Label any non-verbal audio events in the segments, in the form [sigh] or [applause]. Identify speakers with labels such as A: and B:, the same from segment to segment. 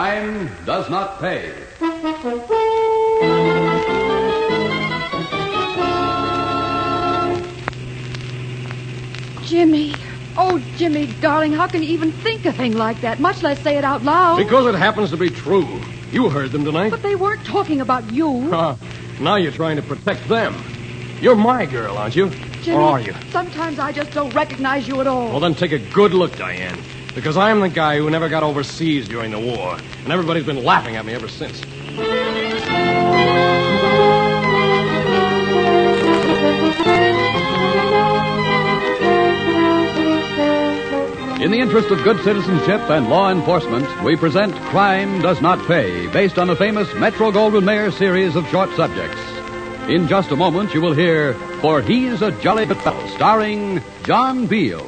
A: Lime does not pay.
B: Jimmy. Oh, Jimmy, darling, how can you even think a thing like that, much less say it out loud?
C: Because it happens to be true. You heard them tonight.
B: Oh. But they weren't talking about you.
C: Huh. now you're trying to protect them. You're my girl, aren't you?
B: Jimmy,
C: Or are you?
B: Sometimes I just don't recognize you at all.
C: Well, then take a good look, Diane. Because I'm the guy who never got overseas during the war. And everybody's been laughing at me ever since.
A: In the interest of good citizenship and law enforcement, we present Crime Does Not Pay, based on the famous Metro Goldwyn Mayer series of short subjects. In just a moment, you will hear For He's a Jolly Good Fellow, starring John Beale.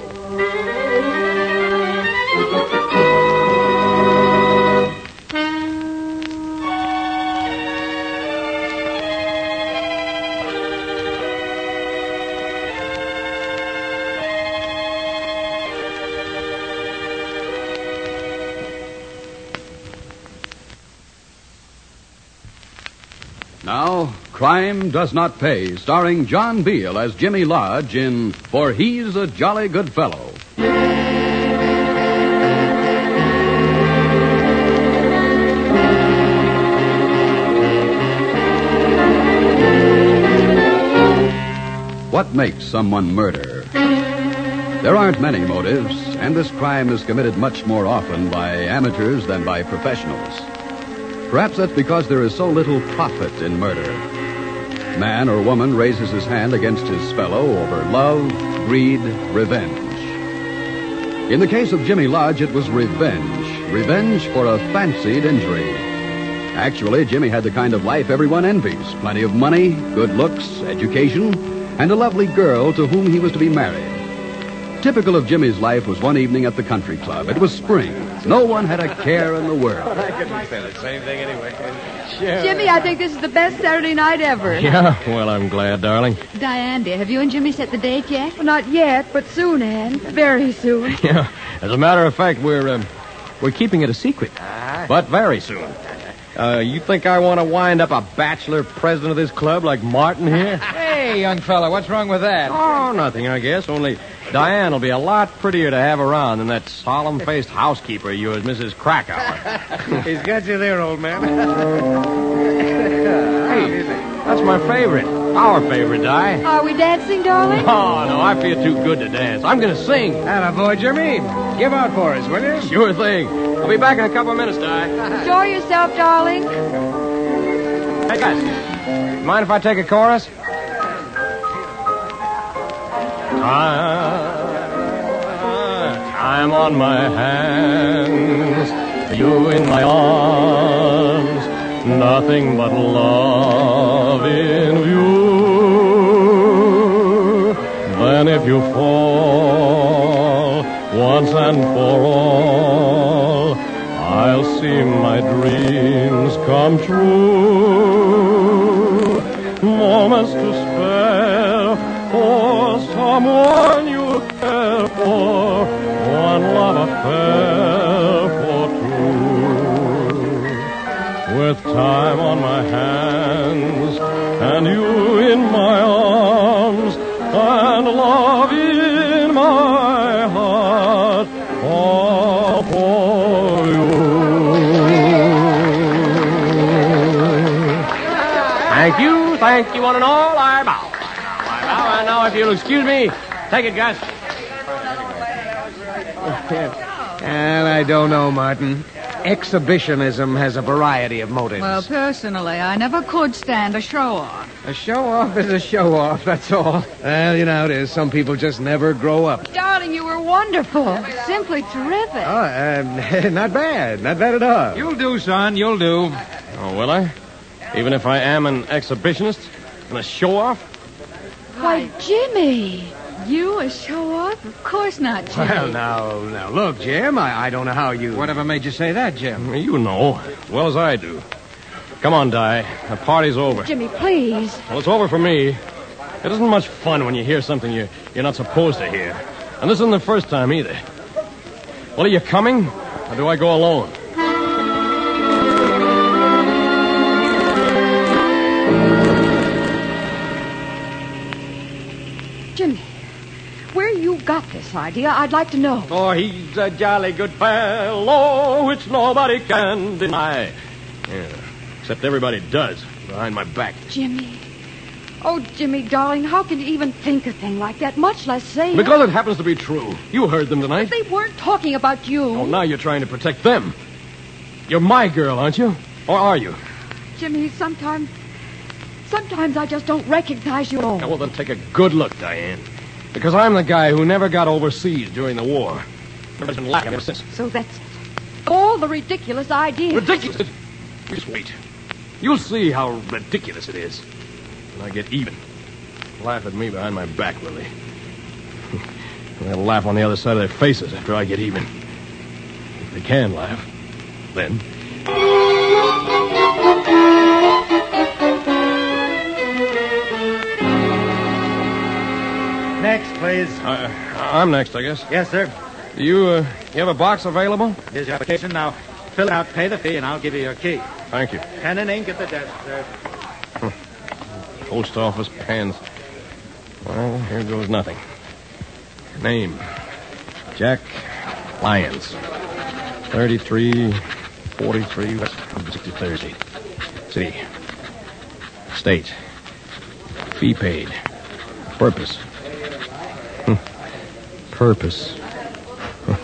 A: Now, Crime Does Not Pay, starring John Beale as Jimmy Lodge in For He's a Jolly Good Fellow. What makes someone murder? There aren't many motives, and this crime is committed much more often by amateurs than by professionals. Perhaps that's because there is so little profit in murder. Man or woman raises his hand against his fellow over love, greed, revenge. In the case of Jimmy Lodge, it was revenge. Revenge for a fancied injury. Actually, Jimmy had the kind of life everyone envies plenty of money, good looks, education, and a lovely girl to whom he was to be married. Typical of Jimmy's life was one evening at the country club. It was spring. No one had a care in the world.
C: Same thing anyway.
B: Jimmy, I think this is the best Saturday night ever.
C: Yeah, well, I'm glad, darling.
D: Diane, dear, have you and Jimmy set the date yet?
B: Well, not yet, but soon, Anne. Very soon.
C: [laughs] Yeah. As a matter of fact, we're um, we're keeping it a secret,
E: Ah.
C: but
E: [laughs]
C: very soon. Uh, you think I want to wind up a bachelor president of this club like Martin here?
E: [laughs] Hey, young fella, what's wrong with that?
C: oh, nothing, I guess. Only Diane will be a lot prettier to have around than that solemn-faced housekeeper of yours, Mrs.
E: [laughs]
C: Krakauer.
E: He's got you there, old man. [laughs]
C: That's my favorite, our favorite, Di.
B: Are we dancing, darling?
C: Oh no, I feel too good to dance. I'm gonna sing.
E: Atta boy, Jimmy. Give out for us, will you?
C: Sure thing. I'll be back in a couple of minutes, Di.
B: Enjoy yourself, darling.
C: Hey guys, mind if I take a chorus? Time, time on my hands, you in my arms, nothing but love in you. Then if you fall once and for all, I'll see my dreams come true. Moments to spare for someone you care for, one love affair for two. With time on my hands and you in my arms and love in my heart, all for you. Thank you, thank you, one and all. I bow. I bow, and now if you'll excuse me, take it, Gus.
E: And I don't know, Martin. Exhibitionism has a variety of motives.
D: Well, personally, I never could stand a show off.
E: a show off is a show off, that's all. Well, you know how it is. Some people just never grow up.
B: Darling, you were wonderful. Simply terrific.
E: Oh, um, [laughs] not bad. Not bad at all.
F: You'll do, son. You'll do.
C: Oh, will I? Even if I am an exhibitionist and a show off?
B: Why, Jimmy.
D: You a show off? Of course not, Jimmy.
E: Well, now, now, look, Jim, I, I don't know how you.
F: Whatever made you say that, Jim?
C: You know as well as I do. Come on, Di. The party's over.
B: Jimmy, please.
C: Well, it's over for me. It isn't much fun when you hear something you, you're not supposed to hear. And this isn't the first time either. Well, are you coming? Or do I go alone?
G: this idea? I'd like to know.
C: For Oh, he's a jolly good fellow, which nobody can deny. Yeah, except everybody does, behind my back.
G: Jimmy. Oh, Jimmy, darling, how can you even think a thing like that, much less say it?
C: Because it happens to be true. You heard them tonight.
G: They weren't talking about you.
C: Oh, now you're trying to protect them. You're my girl, aren't you? Or are you?
G: Jimmy, sometimes. Sometimes I just don't recognize you at all.
C: Yeah, well, then take a good look, Diane. Because I'm the guy who never got overseas during the war. Never been lacking ever since.
G: So that's it. All the ridiculous ideas.
C: Ridiculous! Just wait. You'll see how ridiculous it is. When I get even. Laugh at me behind my back, will they? [laughs] And they'll laugh on the other side of their faces after I get even. If they can laugh, then.
H: Next, please.
C: Uh, I'm next, I guess.
H: Yes, sir.
C: Do you, uh, you have a box available?
H: Here's your application. Now, fill it out, pay the fee, and I'll give you your key.
C: Thank you.
H: Pen and ink at the desk, sir.
C: Post office pens. Well, here goes nothing. Name Jack Lyons. 33 43 West 63rd Street. City. State. Fee paid. Purpose. Hmm. Purpose.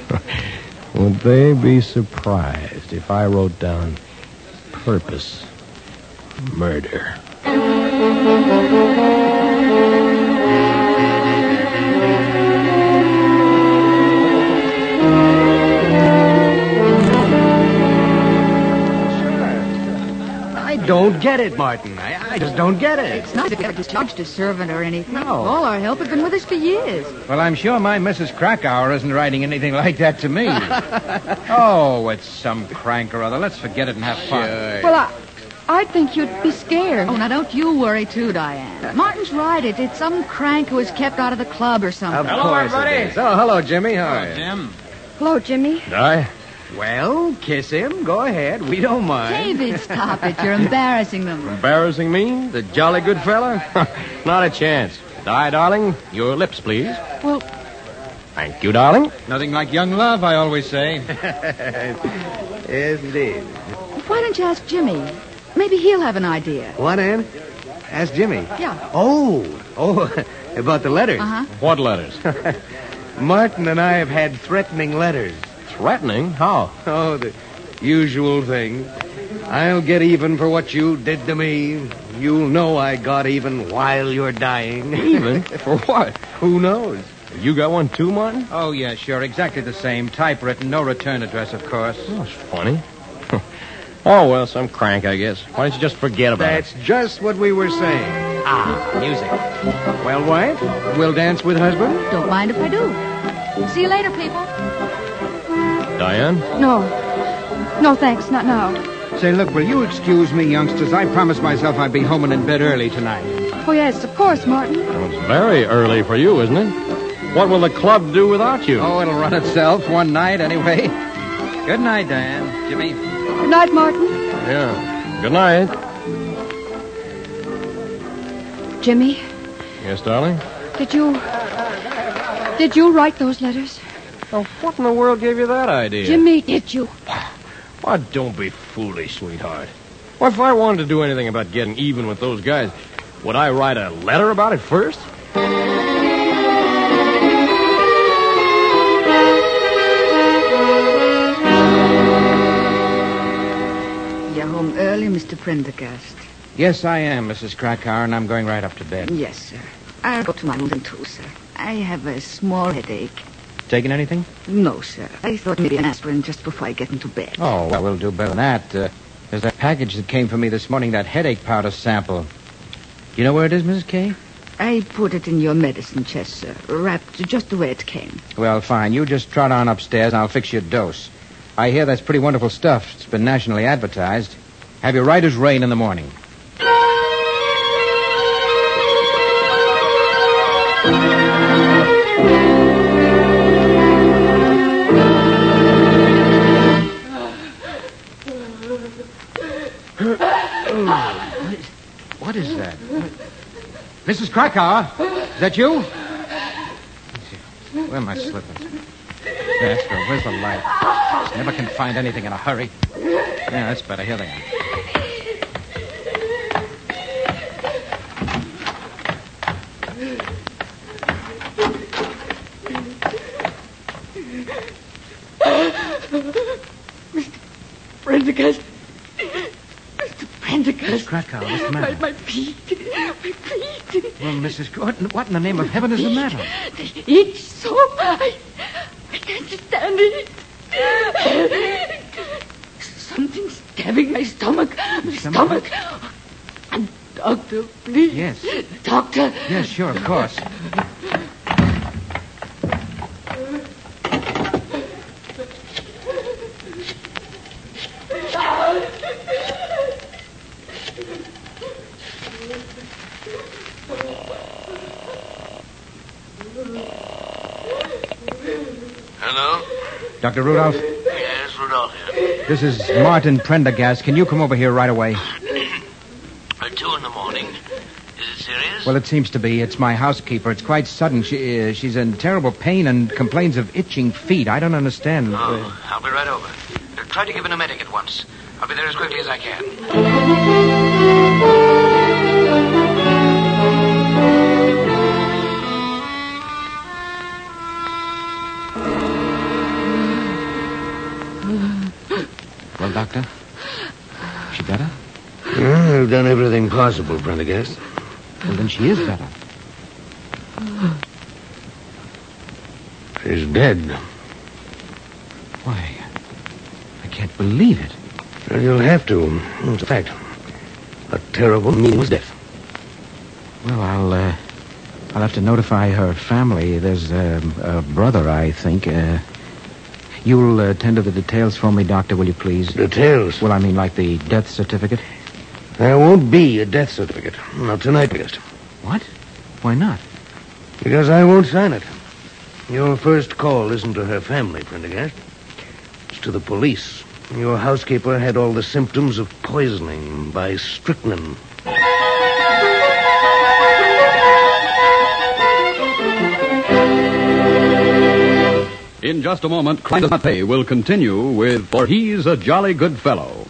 C: [laughs] Would they be surprised if I wrote down purpose murder?
I: I don't get it, Martin. I, I just don't get it.
B: It's not that we ever discharged a servant or anything. All our help has been with us for years.
A: Well, I'm sure my Mrs. Krakauer isn't writing anything like that to
I: [laughs]
A: me. oh, it's some crank or other. Let's forget it and have fun.
G: Well, I, I think you'd be scared.
B: Oh, now don't you worry too, Diane. Martin's right. It, it's some crank who was kept out of the club or
G: Um,
B: something.
I: hello, everybody. Oh, hello, Jimmy. How are you?
A: Jim.
G: Hello, Jimmy.
C: Die?
I: Well, kiss him. Go ahead. We don't mind.
B: David, stop it. You're embarrassing them.
C: Embarrassing me? The jolly good fella? [laughs] Not a chance. Die, darling. Your lips, please.
G: Well,
C: Thank you, darling.
A: Nothing like young love, I always say.
I: Yes, indeed.
B: Why don't you ask Jimmy? Maybe he'll have an idea.
I: What, Ann? Ask Jimmy.
B: Yeah.
I: Oh, oh, [laughs] about the letters.
B: Uh-huh.
C: [laughs] What letters?
I: Martin and I have had threatening letters.
C: Threatening? How?
I: Oh, the usual thing. I'll get even for what you did to me. You'll know I got even while you're dying. [laughs]
C: Even? For what?
I: Who knows?
C: You got one too, Martin?
A: Oh, yeah, sure. Exactly the same. Typewritten, no return address, of course.
C: That's funny. [laughs] oh, well, some crank, I guess. Why don't you just forget about
I: That's just what we were saying. Ah, music. Well, wife, we'll dance with husband.
B: Don't mind if I do. See you later, people.
C: it? Diane?
G: no. No, thanks, not now.
I: Say, look, will you excuse me, youngsters? I promised myself I'd be home and in bed early tonight.
G: Oh, yes, of course, Martin.
C: Well, it's very early for you, isn't it? What will the club do without you?
I: Oh, it'll run itself one night anyway.
A: Good night, Diane. Jimmy.
G: Good night, Martin.
C: Yeah. Good night.
G: Jimmy,
C: Yes, darling?
G: did you. Did you write those letters?
C: Oh, what in the world gave you that idea?
G: Jimmy, did you?
C: Why, don't be foolish, sweetheart. Well, if I wanted to do anything about getting even with those guys, would I write a letter about it first?
B: You're home early, Mr. Prendergast.
A: Yes, I am, Mrs. Krakauer, and I'm going right up to bed.
B: Yes, sir. I'll go to my room too, sir. I have a small headache.
A: Taking anything?
B: No, sir. I thought maybe an aspirin just before I get into bed.
A: Oh, well, we'll do better than that. Uh, there's that package that came for me this morning, that headache powder sample. You know where it is, Mrs. Kay?
B: I put it in your medicine chest, sir, wrapped just the way it came.
A: Well, fine. You just trot on upstairs, and I'll fix your dose. I hear that's pretty wonderful stuff. It's been nationally advertised. Have you right as rain in the morning. What is that? Mrs. Krakauer, is that you?
I: Where are my slippers? Jasper, where's the light? Just never can find anything in a hurry. Yeah, that's better. Here they are.
F: Prendergast. Mr. Prendergast.
I: Krakow, what's the
F: My,
I: matter?
F: my feet. My feet.
I: Well, Mrs. Gordon, what in the name of heaven is the matter?
F: They itch so. I, I can't stand it. Something's stabbing my stomach. My
I: Stomach?
F: stomach. Doctor, please.
I: Yes.
F: Doctor.
I: Yes, sure, of course.
J: Hello?
I: Dr. Rudolph,
J: Yes, Rudolph here.
I: this is Martin Prendergast. Can you come over here right
J: [clears throat]
I: away?
J: At two in the morning. Is it serious?
I: Well, it seems to be. It's my housekeeper. It's quite sudden. She uh, she's in terrible pain and complains of itching feet. I don't understand.
J: oh, I'll be right over. Uh, try to give an emetic at once. I'll be there as quickly as I can.
I: Well, doctor, she better?
C: I've done everything possible, Prendergast.
I: Well, then she is better.
C: She's dead.
I: Why? I can't believe it.
C: Well, you'll have to. It's a fact. A terrible, meaningless death.
I: Well, I'll uh, I'll have to notify her family. There's um, a brother, I think. Uh, you'll uh, tend to the details for me, doctor. Will you please?
C: Details.
I: Well, I mean, like the death certificate.
C: There won't be a death certificate. Not tonight, Prendergast.
I: What? Why not?
C: Because I won't sign it. Your first call isn't to her family, Prendergast. It's to the police. Your housekeeper had all the symptoms of poisoning by strychnine.
A: In just a moment, Crime Does Not Pay will continue with For He's a Jolly Good Fellow.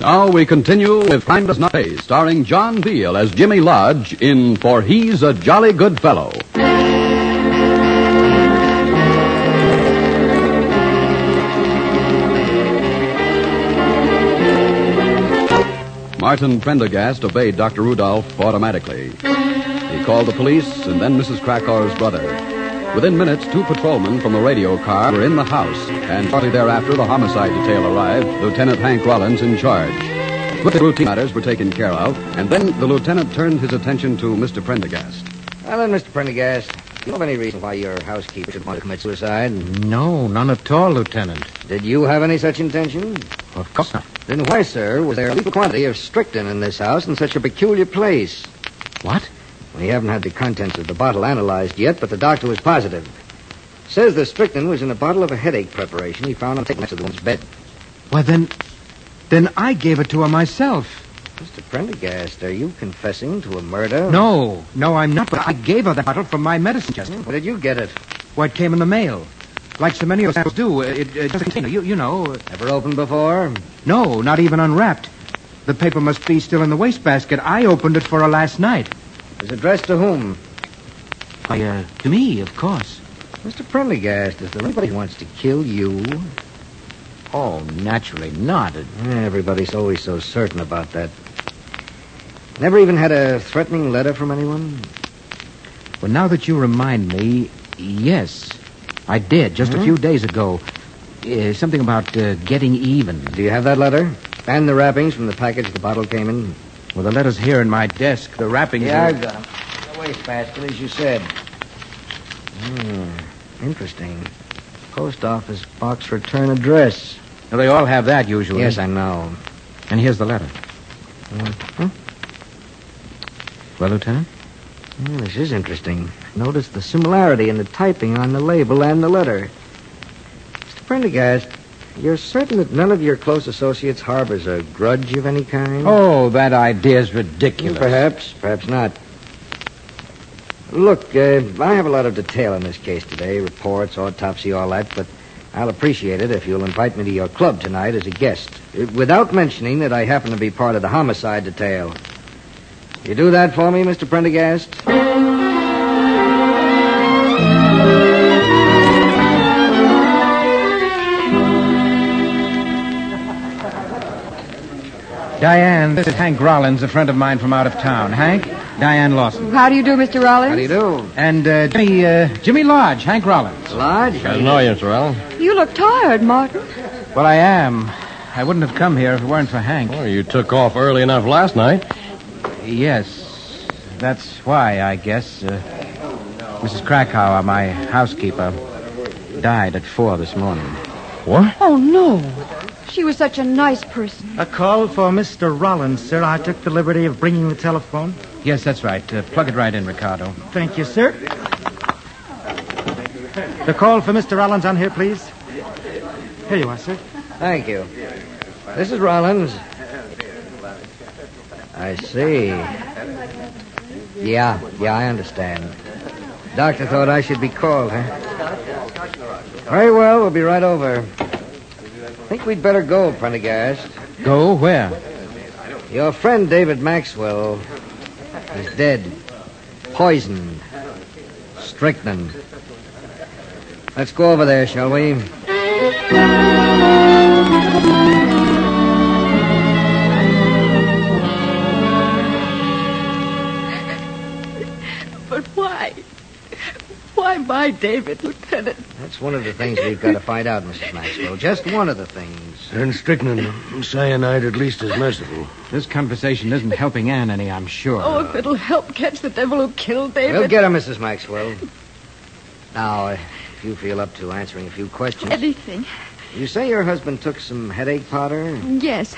A: Now we continue with Crime Does Not Pay, starring John Veal as Jimmy Lodge in For He's a Jolly Good Fellow. Martin Prendergast obeyed Dr. Rudolph automatically. He called the police and then Mrs. Krakauer's brother. Within minutes, two patrolmen from the radio car were in the house, and shortly thereafter, the homicide detail arrived, Lieutenant Hank Rollins in charge. Quickly, routine matters were taken care of, and then the lieutenant turned his attention to Mr. Prendergast.
K: Well, then, Mr. Prendergast, do you have any reason why your housekeeper should want to commit suicide?
I: No, none at all, Lieutenant.
K: Did you have any such intention?
I: Of course not.
K: Then why, sir, was there a lethal quantity of strychnine in this house in such a peculiar place?
I: What?
K: We haven't had the contents of the bottle analyzed yet, but the doctor was positive. Says the strychnine was in a bottle of a headache preparation he found on the table next to the woman's bed.
I: Why, then. Then I gave it to her myself.
K: Mr. Prendergast, are you confessing to a murder?
I: No, no, I'm not, but I gave her the bottle from my medicine chest.
K: Oh. Where did you get it?
I: What came in the mail. Like so many of samples do, it, it doesn't contain, you, you know. uh,
K: Never opened before?
I: No, not even unwrapped. The paper must be still in the wastebasket. I opened it for her last night.
K: Was addressed to whom?
I: Why, uh, to me, of course.
K: Mr. Prendergast, is there anybody who wants to kill you?
I: Oh, naturally not.
K: Everybody's always so certain about that. Never even had a threatening letter from anyone?
I: Well, now that you remind me, yes, I did just
A: Hmm?
I: a few days ago. Uh, something about uh, getting even.
K: Do you have that letter? And the wrappings from the package the bottle came in?
I: Well, the letter's here in my desk. The wrappings.
K: Yeah,
I: are-
K: I've got them. The wastebasket, as you said. Hmm. Interesting. Post office box return address.
I: Now, they all have that usually.
K: Yes, I know.
I: And here's the letter.
F: Well, Lieutenant?
K: Yeah, Hmm, this is interesting. Notice the similarity in the typing on the label and the letter. Mr. Prendergast, you're certain that none of your close associates harbors a grudge of any kind?
L: Oh, that idea's ridiculous.
K: Perhaps, perhaps not. Look, uh, I have a lot of detail in this case today reports, autopsy, all that, but I'll appreciate it if you'll invite me to your club tonight as a guest, uh, without mentioning that I happen to be part of the homicide detail. You do that for me, Mr. Prendergast?
L: Diane, this is Hank Rollins, a friend of mine from out of town. Hank, Diane Lawson.
B: How do you do, Mr. Rollins?
K: How do you do?
L: And uh, Jimmy, uh, Jimmy Lodge, Hank Rollins.
K: Lodge?
C: I know you, Mr. Rollins.
B: You look tired, Martin.
L: Well, I am. I wouldn't have come here if it weren't for Hank.
C: Well, you took off early enough last night.
L: Yes, that's why, I guess. Uh, Mrs. Krakauer, my housekeeper, died at four this morning.
C: What?
B: Oh, no. She was such a nice person.
I: A call for Mr. Rollins, sir. I took the liberty of bringing the telephone.
L: Yes, that's right. Uh, plug it right in, Ricardo.
I: Thank you, sir. The call for Mr. Rollins on here, please. Here you are, sir.
K: Thank you. This is Rollins. I see. Yeah, yeah, I understand. Doctor thought I should be called, huh? Very well, we'll be right over. Think we'd better go, Prendergast.
L: Go where?
K: Your friend David Maxwell is dead. Poisoned. Strychnine. Let's go over there, shall we?
M: But why? Why my David, Lieutenant?
K: That's one of the things we've got to find out, Mrs. Maxwell. Just one of the things.
E: And strychnine, cyanide at least is merciful.
F: This conversation isn't helping Ann any, I'm sure.
M: Oh, if it'll help catch the devil who killed David.
K: We'll get her, Mrs. Maxwell. Now, if you feel up to answering a few questions.
M: Anything.
K: You say your husband took some headache powder?
M: Yes.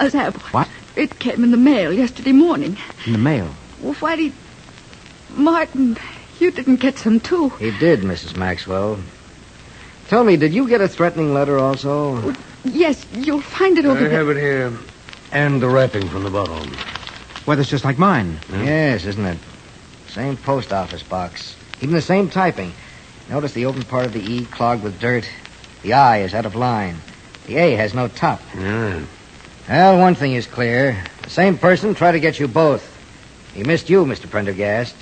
M: A sample. What? It came in the mail yesterday morning.
F: In the mail?
M: Well, why did... Martin, you didn't get some, too.
K: He did, Mrs. Maxwell. Tell me, did you get a threatening letter also?
M: Yes, you'll find it
E: I
M: over
A: Uh-huh.
M: there.
E: have it here. And the wrapping from the bottle.
F: Well, it's just like mine.
K: Yes, isn't it? Same post office box. Even the same typing. Notice the open part of the E clogged with dirt. The I is out of line. The A has no top.
E: Yeah.
K: Well, one thing is clear. The same person tried to get you both. He missed you, Mr. Prendergast.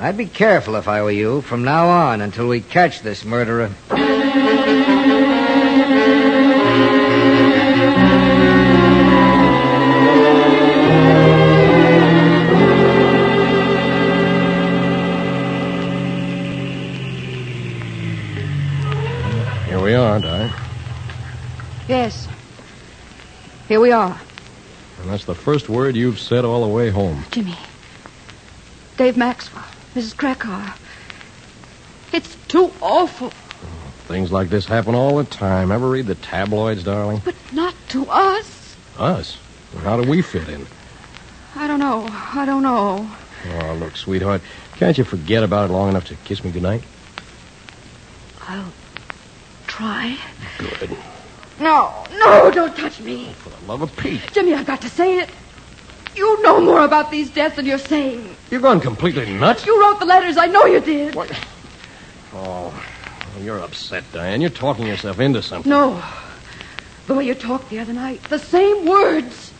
K: I'd be careful if I were you from now on until we catch this murderer.
C: Here we are, Di.
B: Yes. Here we are.
C: And that's the first word you've said all the way home.
B: Jimmy. Dave Maxwell. Mrs. Krakauer. It's too awful.
C: Things like this happen all the time. Ever read the tabloids, darling?
B: But not to us.
C: Us? How do we fit in?
B: I don't know. I don't know.
C: Oh, look, sweetheart, can't you forget about it long enough to kiss me goodnight?
M: I'll try.
C: Good.
B: No, no, don't touch me.
C: For the love of Pete.
B: Jimmy, I've got to say it. You know more about these deaths than you're saying.
C: You've gone completely nuts.
B: You wrote the letters. I know you did.
C: What? Oh, you're upset, Diane. You're talking yourself into something.
B: No. The way you talked the other night, the same words.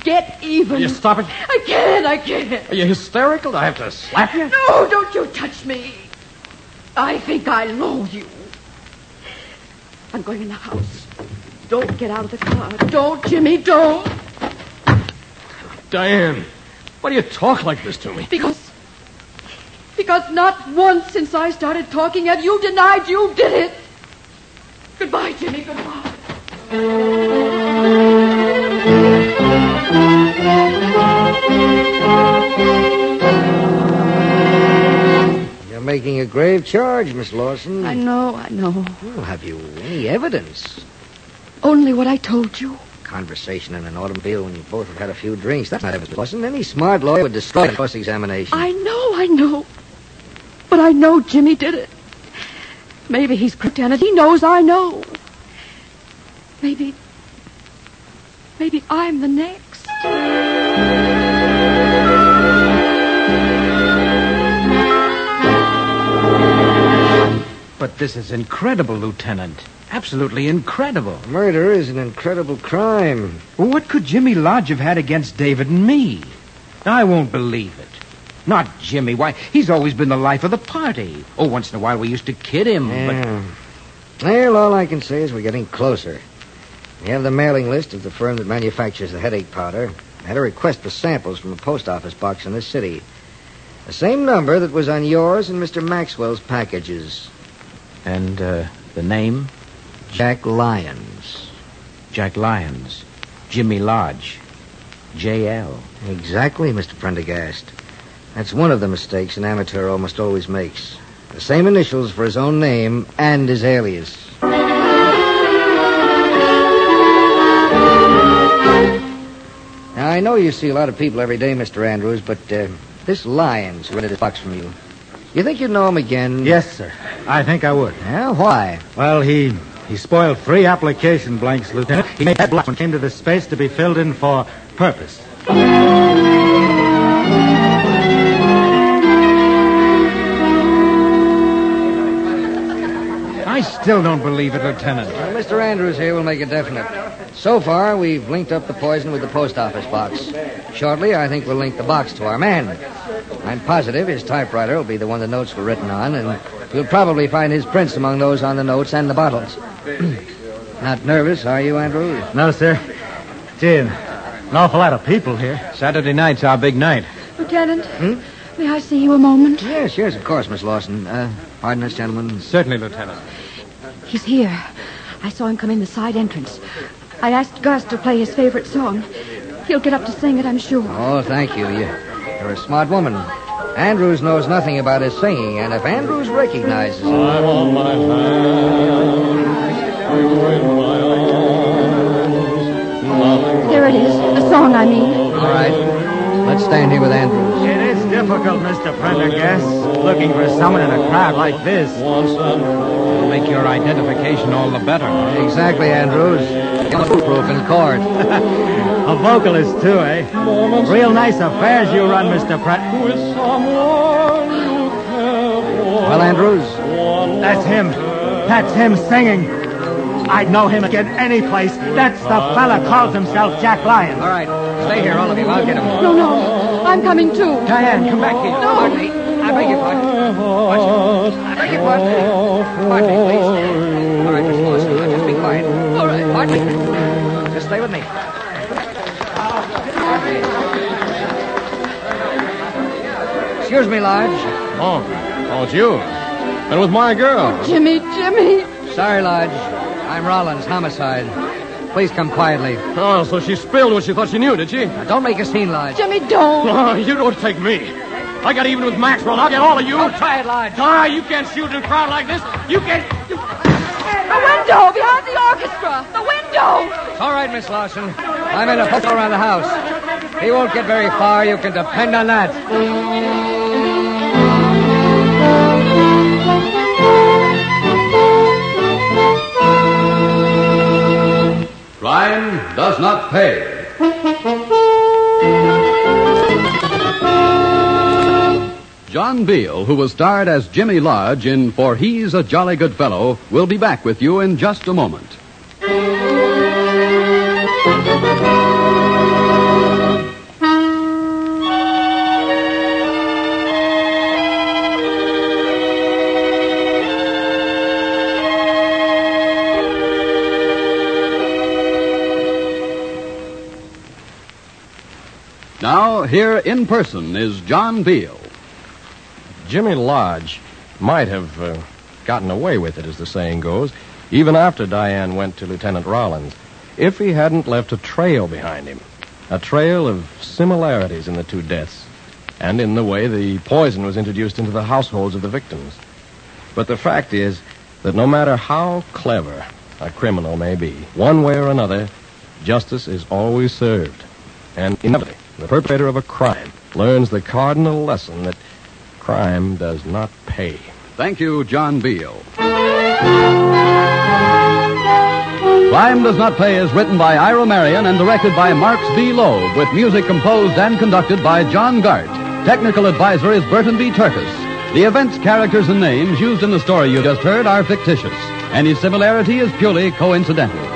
B: Get even.
C: You stop it.
B: I can't, I can't.
C: Are you hysterical? Do I have to slap you?
B: No, don't you touch me. I think I know you. I'm going in the house. Don't get out of the car. Don't, Jimmy, don't.
C: Diane, why do you talk like this to me?
B: Because. Because not once since I started talking have you denied you did it. Goodbye, Jimmy, goodbye.
K: You're making a grave charge, Miss Lawson.
B: I know, I know.
K: Well, have you any evidence?
B: Only what I told you.
K: conversation in an automobile when you both have had a few drinks. That's not evidence, Watson. Any smart lawyer would destroy cross examination.
B: I know, I know. But I know Jimmy did it. Maybe he's pretending. He knows I know. Maybe. Maybe I'm the next.
F: But this is incredible, Lieutenant. Absolutely incredible.
K: Murder is an incredible crime.
F: Well, what could Jimmy Lodge have had against David and me? I won't believe it. Not Jimmy. Why, he's always been the life of the party. Oh, once in a while we used to kid him,
K: Yeah. Hmm. Well, all I can say is we're getting closer. We have the mailing list of the firm that manufactures the headache powder. I had a request for samples from a post office box in this city. The same number that was on yours and Mr. Maxwell's packages.
F: but. And, uh, the name?
K: Jack Lyons.
F: Jack Lyons. Jimmy Lodge. J.L.
K: Exactly, Mr. Prendergast. That's one of the mistakes an amateur almost always makes. The same initials for his own name and his alias. Now, I know you see a lot of people every day, Mr. Andrews, but uh, this Lyons rented his box from you. You think you'd know him again?
I: Yes, sir. I think I would.
L: eh?
K: Yeah, why?
I: Well, he he spoiled three application blanks, Lieutenant. He made that black one came to the space to be filled in for purpose.
F: I still don't believe it, Lieutenant.
K: Well, Mr. Andrews here will make it definite. So far, we've linked up the poison with the post office box. Shortly, I think we'll link the box to our man. I'm positive his typewriter will be the one the notes were written on, and you'll probably find his prints among those on the notes and the bottles. [clears throat] Not nervous, are you, Andrews?
I: No, sir. Gee, an awful lot of people here.
L: Saturday night's our big night.
M: Lieutenant, may I see you a moment?
K: Yes, yes, of course, Miss Lawson. Uh, pardon us, gentlemen.
L: Certainly, Lieutenant.
B: He's here. I saw him come in the side entrance. I asked Gus to play his favorite song. He'll get up to sing it, I'm sure.
K: Oh, thank you. you you're a smart woman. Andrews knows nothing about his singing, and if Andrews recognizes him,
B: There it is. The song, I mean.
K: all right. Let's stand here with Andrews.
I: It is difficult, Mr. Prendergast, looking for someone in a crowd like this.
L: It'll make your identification all the better.
K: Exactly, Andrews. Proof in court.
I: A vocalist, too, eh? Real nice affairs you run, Mr. Pratt.
K: Well, Andrews,
I: That's him. That's him singing. I'd know him again any place. That's the fella calls himself Jack Lyons.
K: All right. Stay here, all of you. I'll get him.
B: No, no. I'm coming too.
I: Diane, come back
K: Here,
I: here.
K: pardon me. I beg your pardon. Watson. I beg your pardon. Pardon me, please. All right, Miss Lawson. Now Just be quiet. All right. Pardon me. Just stay with me. Excuse me, Lodge.
C: Oh, oh, it's you. And with my girl.
B: Jimmy, Jimmy.
K: Sorry, Lodge. I'm Rollins, homicide. Please come quietly.
C: Oh, so she spilled what she thought she knew, did she?
K: Now, don't make a scene, Lodge.
B: Jimmy, don't.
C: Oh, you don't take me. I got even with Maxwell. I'll get all of you.
K: Don't try it, Lodge.
C: Ah, you can't shoot in a crowd like this. You can't. You...
B: The window behind the orchestra. The window.
K: All right, Miss Lawson. I'm in a poker around the house. He won't get very far. You can depend on that.
A: Crime does not pay. John Beale, who was starred as Jimmy Lodge in For He's a Jolly Good Fellow, will be back with you in just a moment. Now, here in person is John Beale.
C: Jimmy Lodge might have uh, gotten away with it, as the saying goes, even after Diane went to Lieutenant Rollins, if he hadn't left a trail behind him. A trail of similarities in the two deaths, and in the way the poison was introduced into the households of the victims. But the fact is that no matter how clever a criminal may be, one way or another, Justice is always served. And inevitably, the perpetrator of a crime learns the cardinal lesson that crime does not pay.
A: Thank you, John Beale. Crime Does Not Pay is written by Ira Marion and directed by Marks B. Loeb, with music composed and conducted by John Gart. Technical advisor is Burton B. Turkis. The events, characters, and names used in the story you just heard are fictitious. Any similarity is purely coincidental.